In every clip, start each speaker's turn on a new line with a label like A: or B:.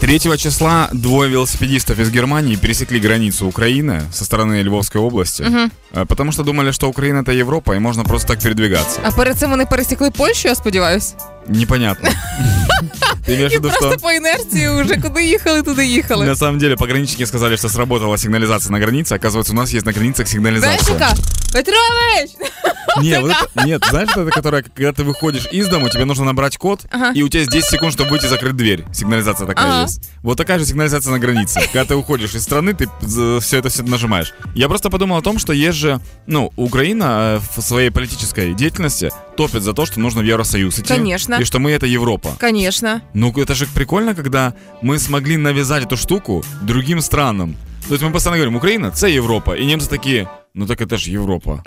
A: 3 числа двое велосипедистов из Германии пересекли границу Украины со стороны Львовской области, э, потому что думали, что Украина это Европа и можно просто так передвигаться.
B: А перед цим вони пересікли Польщу, я сподіваюся.
A: Непонятно. Ты имеешь в
B: І
A: виду,
B: просто
A: что...
B: по інерції вже куди їхали, туди їхали.
A: На самом деле, пограничники сказали, что сработала сигнализация на границе. Оказывается, у нас есть на границах
B: Знаєш,
A: сигнализация.
B: яка? Петрович!
A: Не, вот это- нет, знаешь, это которая, когда ты выходишь из дома, тебе нужно набрать код,
B: Ага.
A: и у тебя есть 10 секунд, чтобы выйти и закрыть дверь. Сигнализация такая
B: Ага.
A: есть. Вот такая же сигнализация на границе. Когда ты уходишь из страны, ты все это все нажимаешь. Я просто подумал о том, что есть же, ну, Украина э, в своей политической деятельности топит за то, что нужно в Евросоюз идти.
B: Конечно.
A: И что мы это Европа.
B: Звісно.
A: Ну, это же прикольно, когда мы смогли навязать эту штуку другим странам. То есть мы постоянно говорим, Украина це Європа. І німці такі, ну так це ж Європа.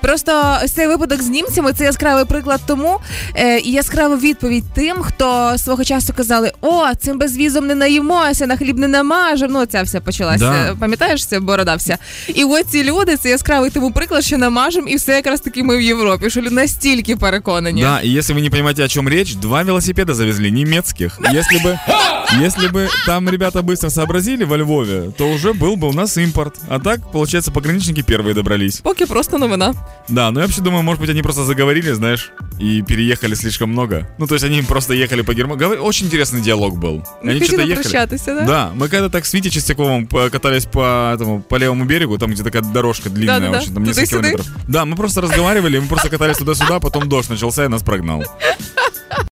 B: Просто ось цей випадок з німцями це яскравий приклад тому е, і яскрава відповідь тим, хто свого часу казали: о, цим безвізом не наїмося, на хліб не намажемо. Ну, ця вся почалася.
A: Да.
B: Пам'ятаєш, це бородався. І оці люди це яскравий тому приклад, що намажемо, і все якраз таки ми в Європі, що люди настільки переконані.
A: Да, и если вы не понимаете, о чем речь, два велосипеда завезли немецких. Если бы, если бы там ребята быстро сообразили во Львове, то уже был бы у нас импорт. А так, получается, пограничники первые добрались.
B: Поки просто новина.
A: Да, но я вообще думаю, может быть, они просто заговорили, знаешь, и переехали слишком много. Ну, то есть они просто ехали по Германии. Говори- Очень интересный диалог был.
B: Не
A: они
B: хотіла
A: что-то ехали.
B: прощатися, да?
A: Да, мы когда так с Витей Чистяковым по- катались по этому по левому берегу, там где такая дорожка длинная,
B: Да-да-да.
A: очень там несколько
B: Туда-сюда.
A: километров. Да, мы просто разговаривали, мы просто катались туда-сюда, потом дождь начался и нас прогнал.